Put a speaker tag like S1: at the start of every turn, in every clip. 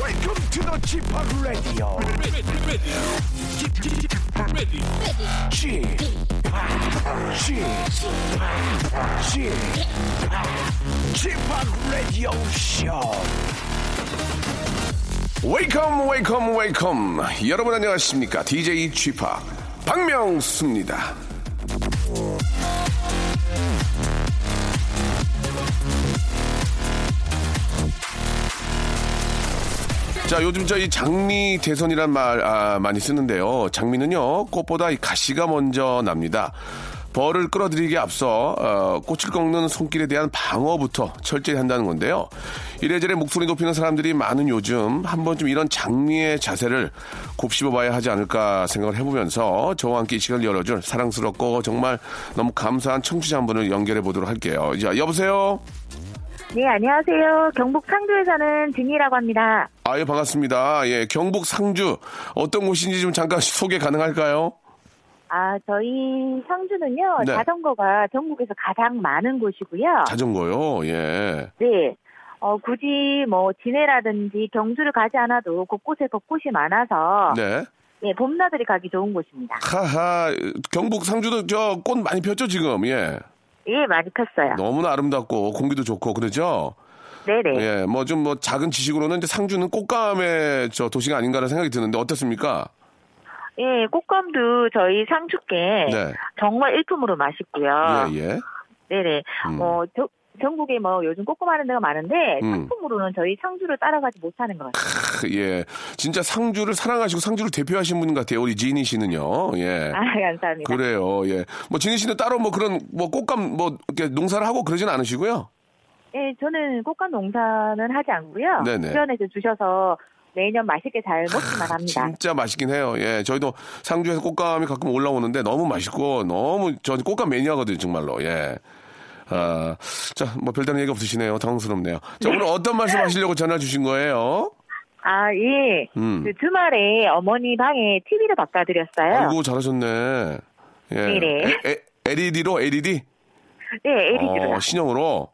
S1: Welcome to the g p o p Radio. g p g p g p Radio Show.
S2: 웨이컴 웨이컴 웨이컴 여러분 안녕하십니까 DJ g p 박명수입니다 자 요즘 저이 장미 대선이란 말 아, 많이 쓰는데요 장미는요 꽃보다 이 가시가 먼저 납니다 벌을 끌어들이기 앞서 어, 꽃을 꺾는 손길에 대한 방어부터 철저히 한다는 건데요. 이래저래 목소리 높이는 사람들이 많은 요즘 한 번쯤 이런 장미의 자세를 곱씹어봐야 하지 않을까 생각을 해보면서 저와 함께 이 시간을 열어줄 사랑스럽고 정말 너무 감사한 청취자 한 분을 연결해 보도록 할게요. 자 여보세요.
S3: 네, 안녕하세요. 경북 상주에 사는 진이라고 합니다.
S2: 아예 반갑습니다. 예 경북 상주 어떤 곳인지 좀 잠깐 소개 가능할까요?
S3: 아, 저희 상주는요,
S2: 네.
S3: 자전거가 전국에서 가장 많은 곳이고요.
S2: 자전거요. 예.
S3: 네. 어, 굳이 뭐, 진해라든지 경주를 가지 않아도 곳곳에 벚꽃이 많아서,
S2: 네.
S3: 예, 봄나들이 가기 좋은 곳입니다.
S2: 하하 경북 상주도 저 꽃 많이 폈죠 지금 예
S3: 예, 많이 폈어요.
S2: 너무나 아름답고 공기도 좋고 그러죠
S3: 네네.
S2: 예 뭐 좀 뭐 작은 지식으로는 이제 상주는 꽃감의 저 도시가 아닌가라는 생각이 드는데 어떻습니까
S3: 예, 꽃감도 저희 상주께
S2: 네.
S3: 정말 일품으로 맛있고요.
S2: 예 예.
S3: 네네.
S2: 음.
S3: 어, 저- 전국에 뭐 요즘 꽃구마는 데가 많은데
S2: 음.
S3: 상품으로는 저희 상주를 따라가지 못하는 것 같아요.
S2: 크, 예. 진짜 상주를 사랑하시고 상주를 대표하신 분 같아요 우리 지니 씨는요 예
S3: 아, 감사합니다.
S2: 그래요 예뭐 지니 씨는 따로 뭐 그런 뭐 꽃감 뭐 이렇게 농사를 하고 그러진 않으시고요
S3: 예, 저는 꽃감 농사는 하지 않고요.
S2: 네네. 아,
S3: 주변에서 주셔서 매년 맛있게 잘 먹기만 합니다.
S2: 진짜 맛있긴 해요. 예, 저희도 상주에서 꽃감이 가끔 올라오는데 너무 맛있고 너무 저 꽃감 매니아거든요, 정말로. 예. 아, 자, 뭐 별다른 얘기 없으시네요. 당황스럽네요. 자, 오늘 어떤 말씀 하시려고 전화 주신 거예요?
S3: 아, 예.
S2: 음.
S3: 그 주말에 어머니 방에 TV를 바꿔드렸어요.
S2: 아이고 잘하셨네. 예.
S3: 네. 네네.
S2: 에, E LED로 LED?
S3: 네, LED로.
S2: 어, 신형으로.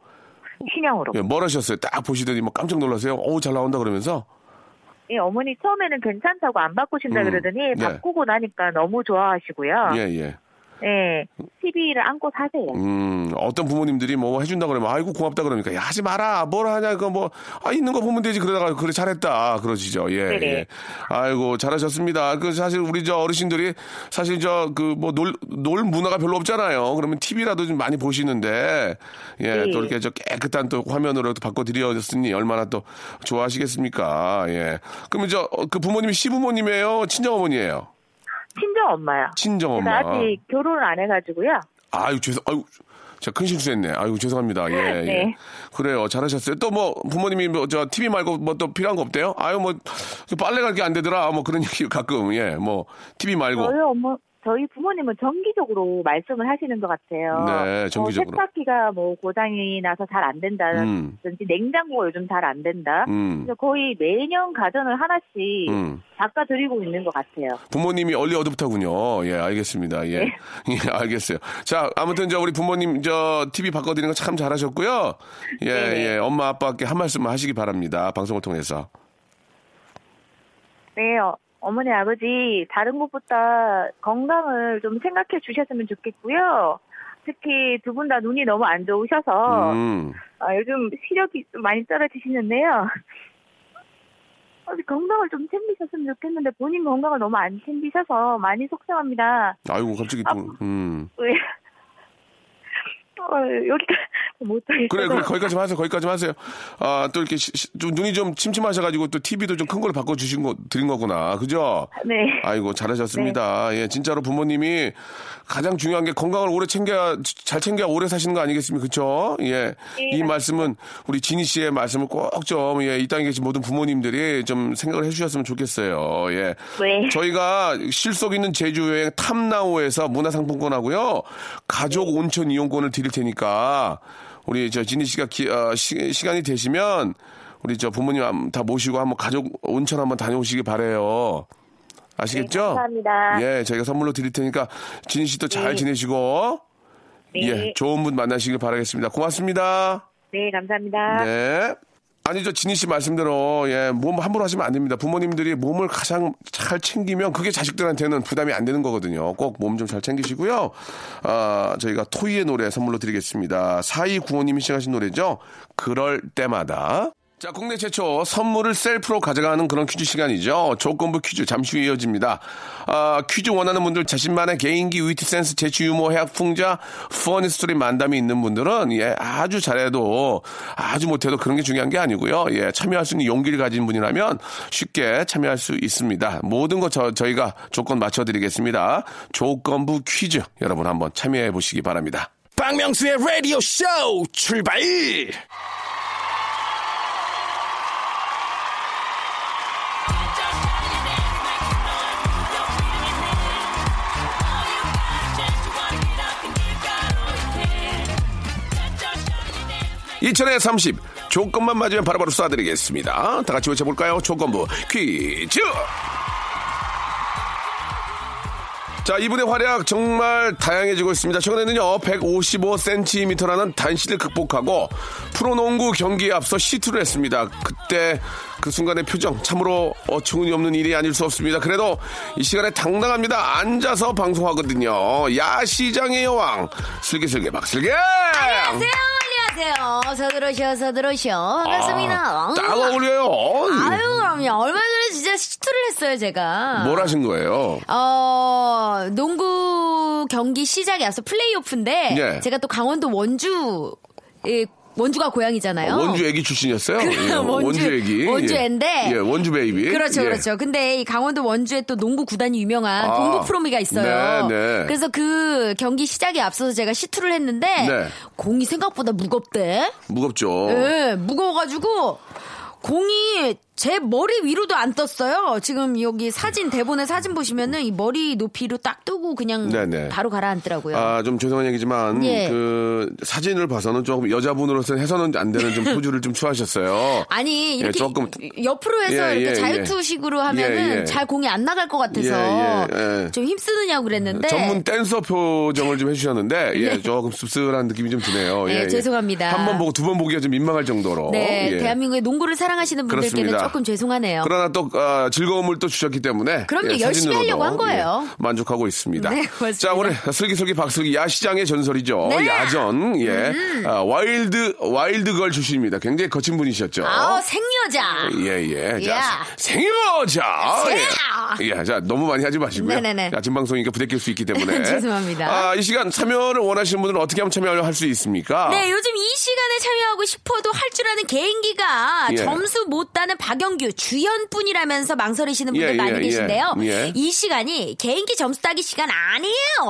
S3: 신형으로.
S2: 예, 뭘 하셨어요? 딱 보시더니 뭐 깜짝 놀라세요. 어우, 잘 나온다 그러면서.
S3: 예, 어머니 처음에는 괜찮다고 안 바꾸신다
S2: 음,
S3: 그러더니
S2: 네.
S3: 바꾸고 나니까 너무 좋아하시고요.
S2: 예, 예.
S3: 예, TV를 안고 사세요.
S2: 음, 어떤 부모님들이 뭐 해준다 그러면, 아이고, 고맙다 그러니까, 야, 하지 마라, 뭘 하냐, 그 뭐, 아, 있는 거 보면 되지, 그러다가, 그래, 잘했다, 그러시죠, 예,
S3: 네네.
S2: 예. 아이고, 잘하셨습니다. 그, 사실, 우리 저 어르신들이, 사실 저, 그, 뭐, 놀, 놀 문화가 별로 없잖아요. 그러면 TV라도 좀 많이 보시는데, 예,
S3: 네.
S2: 또 이렇게 저 깨끗한 또 화면으로 또 바꿔드렸으니, 얼마나 또 좋아하시겠습니까, 예. 그러면 저, 어, 그 부모님이 시부모님이에요? 친정어머니예요
S3: 친정 엄마요. 제가
S2: 친정엄마.
S3: 네, 아직 결혼을 안 해가지고요.
S2: 아유 죄송 아유 제가 큰 실수했네. 아유 죄송합니다. 예,
S3: 네.
S2: 예. 그래요. 잘하셨어요. 또 뭐 부모님이 뭐 저 TV 말고 뭐 또 필요한 거 없대요? 아유 뭐 빨래 갈 게 안 되더라. 뭐 그런 얘기 가끔 예. 뭐 TV 말고
S3: 저희 엄마, 저희 부모님은 정기적으로 말씀을 하시는 것 같아요.
S2: 네, 정기적으로.
S3: 어, 세탁기가 뭐 고장이 나서 잘 안
S2: 음.
S3: 된다든지 냉장고가 요즘 잘 안 된다.
S2: 음.
S3: 그래서 거의 매년 가전을 하나씩
S2: 음.
S3: 바꿔드리고 있는 것 같아요.
S2: 부모님이 얼리 어둡다군요. 예, 알겠습니다.
S3: 네.
S2: 예. 예, 알겠어요. 자, 아무튼 저 우리 부모님 저 TV 바꿔 드리는 거 참 잘하셨고요. 예,
S3: 네.
S2: 예. 엄마 아빠께 한 말씀 하시기 바랍니다. 방송을 통해서.
S3: 네, 어, 어머니 아버지 다른 것보다 건강을 좀 생각해 주셨으면 좋겠고요. 특히 두 분 다 눈이 너무 안 좋으셔서
S2: 음.
S3: 아, 요즘 시력이 좀 많이 떨어지시는데요. 어, 건강을 좀 챙기셨으면 좋겠는데 본인 건강을 너무 안 챙기셔서 많이 속상합니다.
S2: 아이고 갑자기 또 음.
S3: 왜? 어, 여기까지 못하겠어요.
S2: 그래, 그래, 거기까지만 하세요. 거기까지만 하세요. 아, 또 이렇게 시- 시- 좀 눈이 좀 침침하셔가지고 또 TV도 좀 큰 걸로 바꿔주신 거, 드린 거구나. 그죠?
S3: 네.
S2: 아이고, 잘하셨습니다. 예, 진짜로 부모님이 가장 중요한 게 건강을 오래 챙겨야, 잘 챙겨야 오래 사시는 거 아니겠습니까? 그쵸? 예. 이 말씀은 우리 진희 씨의 말씀을 꼭 좀, 예, 이 땅에 계신 모든 부모님들이 좀 생각을 해주셨으면 좋겠어요. 예.
S3: 네.
S2: 저희가 실속 있는 제주 여행 탐나오에서 문화상품권하고요 가족 온천 이용권을 드릴 테니까 우리 저 진희 씨가 기- 어, 시, 시간이 되시면 우리 저 부모님 한- 다 모시고 한번 가족 온천 한번 다녀오시기 바래요. 아시겠죠?
S3: 네, 감사합니다.
S2: 예, 저희가 선물로 드릴 테니까 진희 씨도 잘 지내시고
S3: 네.
S2: 예, 좋은 분 만나시길 바라겠습니다. 고맙습니다.
S3: 네, 감사합니다.
S2: 네. 아니죠. 진희 씨 말씀대로, 예, 몸 함부로 하시면 안 됩니다. 부모님들이 몸을 가장 잘 챙기면 그게 자식들한테는 부담이 안 되는 거거든요. 꼭 몸 좀 잘 챙기시고요. 아, 저희가 토이의 노래 선물로 드리겠습니다. 4295님이 시작하신 노래죠. 그럴 때마다. 자, 국내 최초 선물을 셀프로 가져가는 그런 퀴즈 시간이죠. 조건부 퀴즈 잠시 후 이어집니다. 아, 퀴즈 원하는 분들 자신만의 개인기, 위트 센스, 재치 유머, 해학 풍자, 퍼니 스토리 만담이 있는 분들은 예, 아주 잘해도 아주 못해도 그런 게 중요한 게 아니고요. 예, 참여할 수 있는 용기를 가진 분이라면 쉽게 참여할 수 있습니다. 모든 거 저, 저희가 조건 맞춰 드리겠습니다. 조건부 퀴즈 여러분 한번 참여해 보시기 바랍니다.
S1: 박명수의 라디오 쇼 출발!
S2: 이천에 30 조건만 맞으면 바로바로 쏴드리겠습니다. 다 같이 외쳐볼까요? 조건부 퀴즈. 자, 이분의 활약 정말 다양해지고 있습니다. 최근에는요, 155cm라는 단시를 극복하고 프로농구 경기에 앞서 시투를 했습니다. 그때 그 순간의 표정 참으로 어처구니 없는 일이 아닐 수 없습니다. 그래도 이 시간에 당당합니다. 앉아서 방송하거든요. 야시장의 여왕 슬기슬기 박슬기. 안녕하세요.
S4: 안녕하세요. 서들오셔, 서들오셔. 반갑습니다. 음,
S2: 아, 딱 어울려요.
S4: 아유, 그럼요. 얼마 전에 진짜 시투를 했어요, 제가.
S2: 뭘 하신 거예요?
S4: 어, 농구 경기 시작에 앞서 플레이오프인데,
S2: 예.
S4: 제가 또 강원도 원주, 예, 원주가 고향이잖아요.
S2: 어, 원주 애기 출신이었어요?
S4: 그래요,
S2: 예,
S4: 원주-
S2: 애기.
S4: 원주
S2: 예.
S4: 애인데.
S2: 예, 원주 베이비.
S4: 그렇죠,
S2: 예.
S4: 그렇죠. 근데 이 강원도 원주에 또 농구 구단이 유명한
S2: 아,
S4: 동구 프로미가 있어요.
S2: 네, 네.
S4: 그래서 그 경기 시작에 앞서서 제가 시투를 했는데
S2: 네.
S4: 공이 생각보다 무겁대.
S2: 무겁죠.
S4: 예, 무거워가지고 공이 제 머리 위로도 안 떴어요. 지금 여기 사진 대본에 사진 보시면은 이 머리 높이로 딱 뜨고 그냥
S2: 네, 네.
S4: 바로 가라앉더라고요.
S2: 아, 좀 죄송한 얘기지만,
S4: 예.
S2: 그, 사진을 봐서는 조금 여자분으로서는 해서는 안 되는 좀 포즈를 좀 취하셨어요.
S4: 니 이렇게
S2: 예, 조금-
S4: 옆으로 해서
S2: 예,
S4: 이렇게
S2: 예,
S4: 자유투식으로 하면은
S2: 예, 예.
S4: 잘 공이 안 나갈 것 같아서
S2: 예, 예, 예.
S4: 좀 힘쓰느냐고 그랬는데
S2: 전문 댄서 표정을 좀 해주셨는데, 예, 조금 씁쓸한 느낌이 좀 드네요.
S4: 예, 네. 죄송합니다.
S2: 한 번 보고 두 번 보기가 좀 민망할 정도로.
S4: 네,
S2: 예.
S4: 대한민국의 농구를 사랑하시는 분들께는
S2: 그렇습니다.
S4: 조금 죄송하네요.
S2: 그러나 또 아, 즐거움을 또 주셨기 때문에
S4: 그렇죠. 그럼요,
S2: 예,
S4: 열심히
S2: 사진으로도,
S4: 하려고 한 거예요.
S2: 예, 만족하고 있습니다.
S4: 네, 고맙습니다.
S2: 자, 오늘 슬기슬기 박슬기 야시장의 전설이죠.
S4: 네. 음.
S2: 야전 예 아, 와일드 와일드걸 출신입니다. 굉장히 거친 분이셨죠.
S4: 아우 생여자.
S2: 예, 예. 자,
S4: 야.
S2: 생일자! 예. 예, 자, 너무 많이 하지 마시고요.
S4: 네네네.
S2: 아침 방송이니까 부대낄 수 있기 때문에.
S4: 죄송합니다.
S2: 아, 이 시간 참여를 원하시는 분들은 어떻게 하면 참여를 할 수 있습니까?
S4: 네, 요즘 이 시간에 참여하고 싶어도 할 줄 아는 개인기가
S2: 예.
S4: 점수 못 따는 박영규 주연뿐이라면서 망설이시는 분들
S2: 예,
S4: 많이
S2: 예,
S4: 계신데요.
S2: 예, 예.
S4: 이 시간이 개인기 점수 따기 시간 아니에요.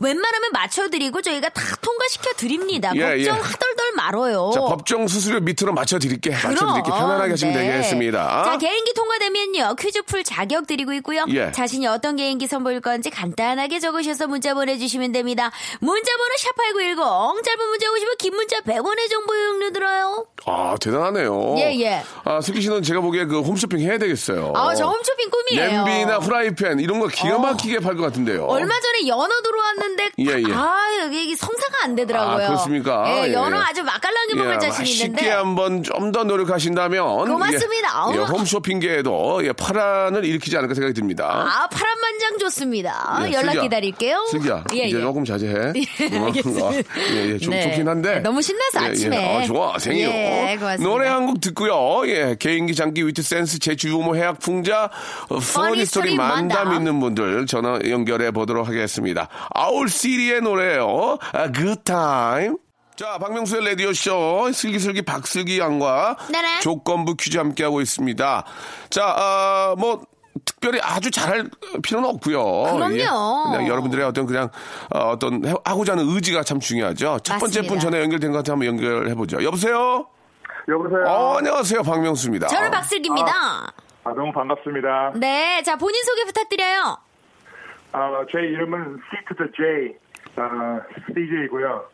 S4: 웬만하면 맞춰드리고 저희가 다 통과시켜 드립니다.
S2: 예,
S4: 걱정
S2: 예.
S4: 하덜덜 말어요.
S2: 자, 법정 수수료 밑으로 맞춰드릴게. 맞춰드릴게.
S4: 그럼,
S2: 편안하게 하시면
S4: 네.
S2: 되겠습니다.
S4: 자, 개인기 통과되면요. 퀴즈 풀 자격 드리고 있고요.
S2: 예.
S4: 자신이 어떤 개인기 선보일 건지 간단하게 적으셔서 문자 보내주시면 됩니다. 문자 번호 샵8910 짧은 문자 50원 긴 문자 100원의 정보 이용료 들어요.
S2: 아, 대단하네요.
S4: 예, 예.
S2: 아, 슬기 씨는 제가 보기에 그 홈쇼핑 해야 되겠어요.
S4: 아, 저 홈쇼핑 꿈이에요. 어.
S2: 냄비나 후라이팬 이런 거 기가 막히게 팔 것 같은데요.
S4: 얼마 전에 연어 들어왔는데
S2: 예, 예.
S4: 아 여기 이게 성사가 안 되더라고요.
S2: 아, 그렇습니까?
S4: 예,
S2: 예,
S4: 연어
S2: 예.
S4: 아주 맛깔나게 먹을 자신
S2: 맛있게
S4: 있는데
S2: 한번 좀 더 노력하신다면
S4: 고맙습니다.
S2: 예, 예,
S4: 어머.
S2: 홈쇼핑계에도 예, 파란을 일으키지 않을까 생각이 듭니다.
S4: 아, 파란만 한 장 줬습니다.
S2: 예,
S4: 연락
S2: 슬기야.
S4: 기다릴게요.
S2: 슬기야,
S4: 예,
S2: 이제
S4: 예.
S2: 조금 자제해. 어,
S4: 알겠습니다.
S2: 어, 예, 예, 좋,
S4: 네.
S2: 좋긴 한데.
S4: 너무 신나서
S2: 예, 예.
S4: 아침에.
S2: 아, 좋아, 생일.
S4: 예, 고맙습니다.
S2: 노래 한 곡 듣고요. 예, 개인기, 장기, 위트, 센스, 재주, 유모, 해학, 풍자, 어,
S4: Funny
S2: 퍼니 스토리
S4: Story
S2: 만담
S4: 만담.
S2: 있는 분들 전화 연결해 보도록 하겠습니다. 아울시리의 노래요. 아, good time. 자, 박명수의 라디오쇼, 슬기슬기 박슬기 양과
S4: 네네.
S2: 조건부 퀴즈 함께하고 있습니다. 자, 아, 뭐, 특별히 아주 잘할 필요는 없고요.
S4: 그럼요.
S2: 예. 그냥 여러분들의 어떤 그냥 어, 어떤 해- 하고자 하는 의지가 참 중요하죠. 첫 번째 분
S4: 맞습니다.
S2: 전에 연결된 것 같아 한번 연결해 보죠. 여보세요.
S5: 여보세요.
S2: 어, 안녕하세요, 박명수입니다.
S4: 저는 박슬기입니다.
S5: 아, 너무 반갑습니다.
S4: 네, 자 본인 소개 부탁드려요.
S5: 아, 제 이름은 C to the J, 아, CJ이고요.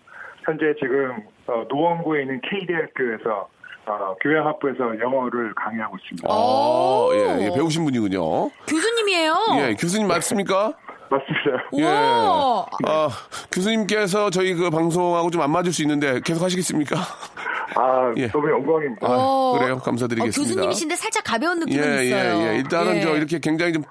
S5: 현재 지금 어, 노원구에 있는 K대학교에서 어, 교양학부에서 영어를 강의하고 있습니다.
S2: 어, 예, 예, 배우신
S4: 어.
S2: 분이군요.
S4: 교수님이에요.
S2: 예, 교수님 맞습니까?
S5: 맞습니다.
S2: 예.
S4: 와.
S2: 아, 교수님께서 저희 그 방송하고 좀 안 맞을 수 있는데 계속 하시겠습니까?
S5: 아,
S2: 예.
S5: 너무 영광입니다.
S2: 아,
S4: 어.
S2: 그래요.
S4: 어,
S2: 감사드리겠습니다.
S4: 교수님이신데 살짝 가벼운
S2: 예,
S4: 느낌은 있어요.
S2: 예, 예. 일단은
S4: 예.
S2: 저 이렇게 굉장히 좀,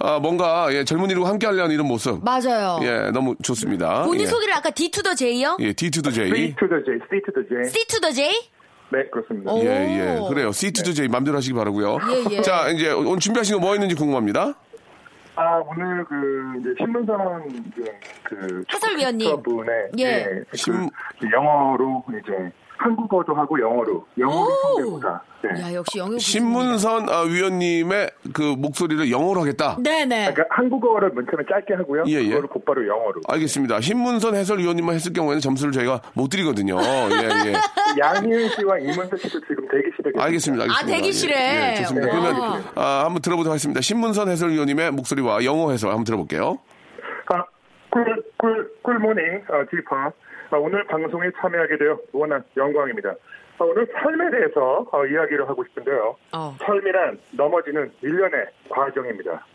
S2: 아, 뭔가, 예, 젊은이로 함께 하려는 이런 모습.
S4: 맞아요.
S2: 예, 너무 좋습니다.
S4: 본인
S2: 예.
S4: 소개를 아까 D to the J요?
S2: 예, D to the
S5: C
S2: J.
S5: to the J, C to the J.
S4: C to the J?
S5: 네, 그렇습니다.
S4: 오. 네.
S2: 예, 예. 그래요. C to the J 맘대로 하시기 바라고요
S4: 예, 예.
S2: 자, 이제 오늘 준비하신 거 뭐 있는지 궁금합니다.
S5: 아, 오늘 그 이제 신문선 그- 그
S4: 해설위원님.
S5: 분의
S4: 예.
S5: 그
S2: 신-
S5: 영어로 이제 한국어도 하고 영어로 영어로 성대모사. 네.
S4: 야 역시 영역
S2: 신문선 아, 위원님의 그 목소리를 영어로 하겠다.
S4: 네네.
S5: 그러니까 한국어를 맨 처음에 짧게 하고요.
S2: 예, 예.
S5: 그거를 곧바로 영어로.
S2: 알겠습니다. 신문선 해설위원님만 했을 경우에는 점수를 저희가 못 드리거든요. 예, 예.
S5: 양희은 씨와 이문세 씨도 지금 대기실에 계십니다.
S2: 알겠습니다. 알겠습니다.
S4: 아, 대기실에. 어.
S2: 예, 예, 좋습니다.
S5: 네,
S2: 그러면
S5: 알겠습니다.
S2: 아, 한번 들어보도록 하겠습니다. 신문선 해설위원님의 목소리와 영어 해설 한번 들어볼게요.
S5: 아, 꿀, 꿀, 꿀모닝, 어, 지파. 아, 오늘 방송에 참여하게 되어 무한한 영광입니다. 아, 오늘 삶에 대해서 어, 이야기를 하고 싶은데요.
S4: 어.
S5: 삶이란 넘어지는 일련의 과정입니다.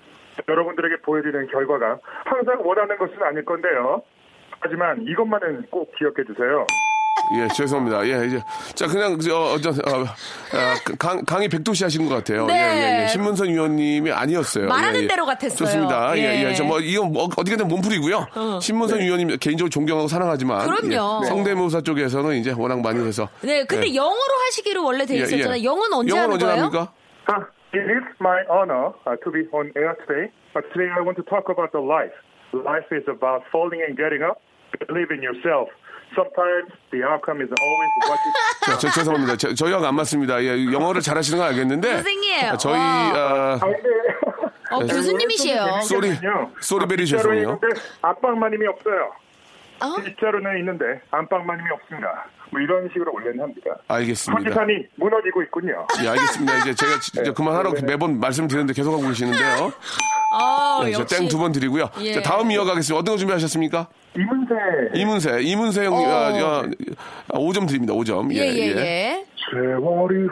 S5: 여러분들에게 보여드리는 결과가 항상 원하는 것은 아닐 건데요. 하지만 이것만은 꼭 기억해 주세요.
S2: 예, 죄송합니다. 예, 이제 자 그냥 저 어저 어, 아, 강 강의 백도시 하신 것 같아요.
S4: 네.
S2: 예, 예, 예. 신문선 위원님이 아니었어요.
S4: 말하는
S2: 예, 예.
S4: 대로 같았어요.
S2: 좋습니다. 예,
S4: 예. 네.
S2: 예. 저뭐 이건 뭐 어떻게든 몸풀이고요. 신문선 위원님 개인적으로 존경하고 사랑하지만
S4: 그럼요.
S2: 예, 성대모사 쪽에서는 이제 워낙 많이 해서
S4: 네, 근데 영어로 하시기로 원래 돼 있었잖아요. 영어는 언제
S2: 예. 영어는
S4: 하는
S2: 언제
S4: 거예요?
S2: 합니까?
S5: Ah, It is my honor uh, to be on air today. Uh, today I want to talk about the life. Life is about falling and getting up. Believe in yourself. Sometimes the outcome is always what you
S2: 자, 저, 죄송합니다. 저, 저희하고 안 맞습니다. 예, 영어를 잘하시는 건 알겠는데
S4: 선생님,
S2: 저희
S4: 와.
S2: 아,
S4: 어,
S2: 네.
S4: 교수님이시에요.
S2: 쏘리 쏘리베리
S5: 진짜로
S2: 죄송해요.
S5: 있는데 안방만님이 없어요.
S4: 어?
S5: 진짜로는 있는데 안방만님이 없습니다. 뭐 이런 식으로 올려는 합니다.
S2: 알겠습니다.
S5: 소지산이 무너지고 있군요.
S2: 예, 알겠습니다. 이제 제가 진짜 그만하라고 매번 말씀드리는데 계속하고 계시는데요.
S4: 아, 역시.
S2: 네, 예, 땡 두 번 드리고요.
S4: 예. 네.
S2: 자, 다음 이어가겠습니다. 어떤 거 준비하셨습니까?
S5: 이문세
S2: 이문세, 이문세 형님,
S4: 어.
S2: 아, 아, 5점 드립니다. 5점.
S4: 예, 예, 예.
S5: 세월이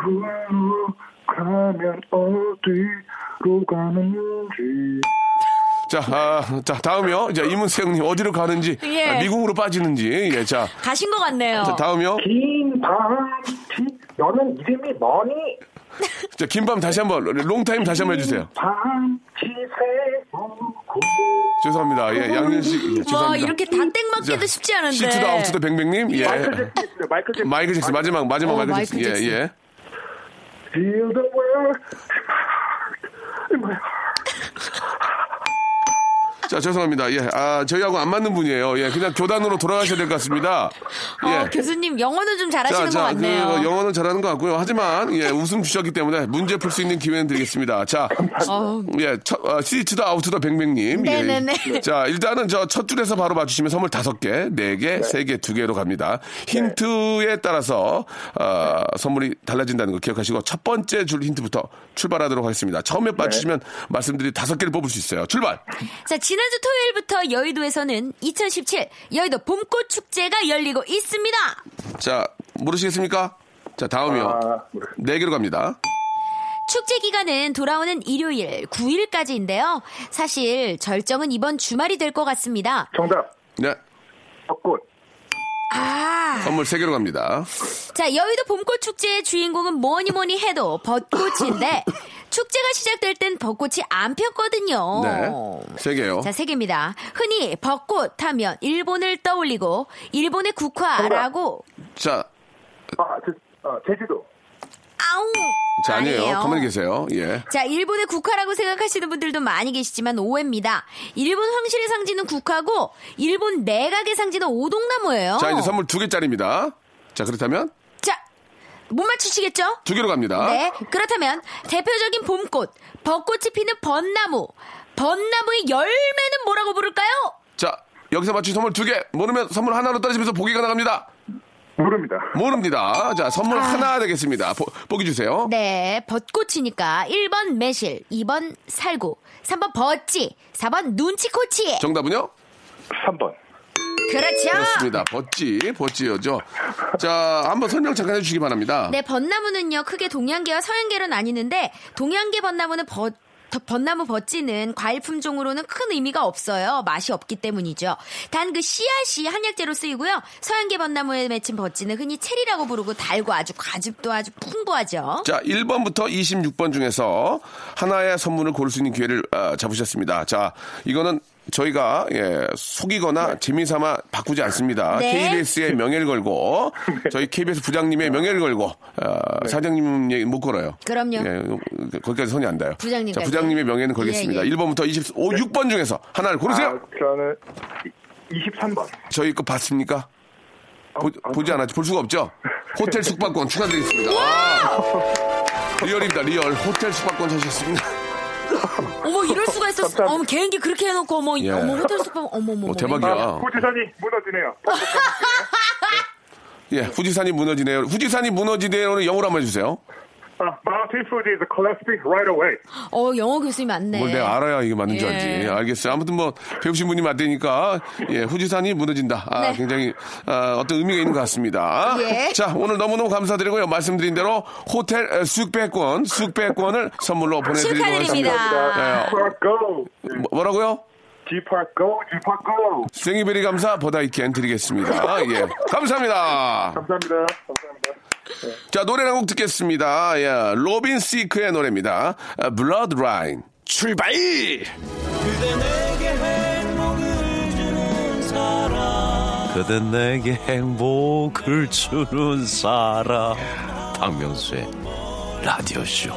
S5: 흘러가면 어디로 가는지
S2: 자, 아, 자, 다음이요. 자, 이문세 형님 어디로 가는지,
S4: 예. 어.
S2: 아, 미국으로 빠지는지, 예, 자,
S4: 가신 것 같네요.
S2: 자, 다음이요.
S5: 긴 밤티 너는 이름이 뭐니?
S2: 자, 긴밤 다시 한번, 롱타임 다시 한번 해주세요.
S5: 밤티 새우고
S2: 죄송합니다. 예, 양현 씨, 예, 죄송합니다.
S4: 와, 아, 이렇게 다 땡 맞기도
S2: 자,
S4: 쉽지 않은데.
S2: 시트도 아웃도 뱅뱅님, 예.
S5: 마이클 잭슨이요 마이클 잭슨
S2: 마이클 잭슨, 마지막, 마지막
S4: 어,
S2: 마이클
S4: 마이클
S2: 잭슨,
S4: 잭슨.
S2: 예, 예.
S5: Feel the world in my heart, in my heart.
S2: 자, 죄송합니다. 예, 아, 저희하고 안 맞는 분이에요. 예, 그냥 교단으로 돌아가셔야 될 것 같습니다. 예.
S4: 어, 교수님 영어는 좀 잘하시는
S2: 자,
S4: 것
S2: 자, 그
S4: 같네요.
S2: 영어는 잘하는 것 같고요. 하지만 예, 웃음 주셨기 때문에 문제 풀 수 있는 기회는 드리겠습니다. 자,
S4: 어우.
S2: 예, 첫, 어, 시트다 아웃다 백백님.
S4: 네네네.
S2: 예. 자, 일단은 저 첫 줄에서 바로 맞추시면 선물 다섯 개, 네 개, 세 개, 두 개로 갑니다. 힌트에 따라서 어, 선물이 달라진다는 거 기억하시고 첫 번째 줄 힌트부터 출발하도록 하겠습니다. 처음에 맞추시면 말씀드린 다섯 개를 뽑을 수 있어요. 출발.
S4: 자, 지난주 토요일부터 여의도에서는 2017 여의도 봄꽃 축제가 열리고 있습니다.
S2: 자, 모르시겠습니까? 자, 다음이요.
S5: 아.
S2: 네 개로 갑니다.
S4: 축제 기간은 돌아오는 일요일 9일까지인데요. 사실 절정은 이번 주말이 될 것 같습니다.
S5: 정답
S2: 네.
S5: 벚꽃
S4: 아,
S2: 선물 세 개로 갑니다.
S4: 자, 여의도 봄꽃 축제의 주인공은 뭐니 뭐니 해도 벚꽃인데 축제가 시작될 땐 벚꽃이 안 폈거든요.
S2: 네. 세 개요.
S4: 어. 자, 세 개입니다. 흔히 벚꽃 하면 일본을 떠올리고 일본의 국화라고
S2: 자,
S5: 아, 제, 아, 제주도.
S4: 아웅.
S2: 자, 아니에요. 가만히 계세요. 예.
S4: 자, 일본의 국화라고 생각하시는 분들도 많이 계시지만 오해입니다. 일본 황실의 상징은 국화고 일본 내각의 상징은 오동나무예요.
S2: 자, 이제 선물 두 개짜리입니다. 자, 그렇다면
S4: 자, 못 맞추시겠죠?
S2: 두 개로 갑니다.
S4: 네. 그렇다면 대표적인 봄꽃, 벚꽃이 피는 벚나무, 벚나무의 열매는 뭐라고 부를까요?
S2: 자, 여기서 맞힌 선물 두 개. 모르면 선물 하나로 떨어지면서 보기가 나갑니다.
S5: 모릅니다.
S2: 모릅니다. 자, 선물 하나 되겠습니다. 보, 보기 주세요.
S4: 네, 벚꽃이니까 1번 매실, 2번 살구, 3번 버찌, 4번 눈치코치.
S2: 정답은요?
S5: 3번.
S4: 그렇죠.
S2: 그렇습니다. 버찌, 버찌여죠. 자, 한번 설명 잠깐 해주시기 바랍니다.
S4: 네, 벚나무는요, 크게 동양계와 서양계로 나뉘는데, 동양계 벚나무는 버, 더- 벚나무 버찌는 과일 품종으로는 큰 의미가 없어요. 맛이 없기 때문이죠. 단 그 씨앗이 한약재로 쓰이고요. 서양계 벚나무에 맺힌 버찌는 흔히 체리라고 부르고 달고 아주 과즙도 아주 풍부하죠.
S2: 자, 1번부터 26번 중에서 하나의 선물을 고를 수 있는 기회를 아, 잡으셨습니다. 자, 이거는 저희가 예, 속이거나 재미삼아 바꾸지 않습니다.
S4: 네.
S2: KBS의 명예를 걸고 저희 KBS 부장님의 명예를 걸고 아, 사장님 얘기 못 걸어요.
S4: 네. 그럼요.
S2: 예, 거기까지 선이 안 닿아요.
S4: 부장님까지.
S2: 자, 부장님의 명예는
S4: 예,
S2: 걸겠습니다.
S4: 예.
S2: 1번부터 25, 6번 중에서 하나를 고르세요.
S5: 아, 저는 23번.
S2: 저희 거 봤습니까? 보, 보지 않았죠. 볼 수가 없죠. 호텔 숙박권 축하드리겠습니다. 아, 리얼입니다. 리얼 호텔 숙박권 사셨습니다.
S4: 어머, 이럴 수가 있었어. 어머, 개인기 그렇게 해놓고, 어머,
S2: 예.
S4: 어머, 호텔 숙박, 어머, 어머.
S2: 어,
S4: 어머.
S5: 아,
S2: 대박이야.
S5: 후지산이 무너지네요.
S2: 예, 후지산이 무너지네요. 후지산이 무너지네요는 영어로 한번 해주세요.
S5: 아, Mountain Fuji is collapsing right away.
S4: 어, 영어 교수님 맞네.
S2: 뭘 내가 알아야 이게 맞는 줄
S4: 예.
S2: 알지. 아알겠어요. 아무튼 뭐 배우신 분이 맞다니까 예, 후지산이 무너진다. 아,
S4: 네.
S2: 굉장히 아, 어떤 의미가 있는 것 같습니다.
S4: 예.
S2: 자, 오늘 너무너무 감사드리고요. 말씀드린 대로 호텔 에, 숙박권, 숙박권을 선물로 보내드리도록
S4: 축하드립니다.
S2: 예,
S5: Park go.
S2: 뭐- 뭐라고요?
S5: G Park go. G Park go.
S2: 생이베리 감사 버다이캔 드리겠습니다. 예. 감사합니다.
S5: 감사합니다. 감사합니다.
S2: 자, 노래 한 곡 듣겠습니다. 예. 로빈 시크의 노래입니다. 아, 블러드라인. 출발!
S6: 그대 내게 행복을 주는 사람 박명수의 라디오쇼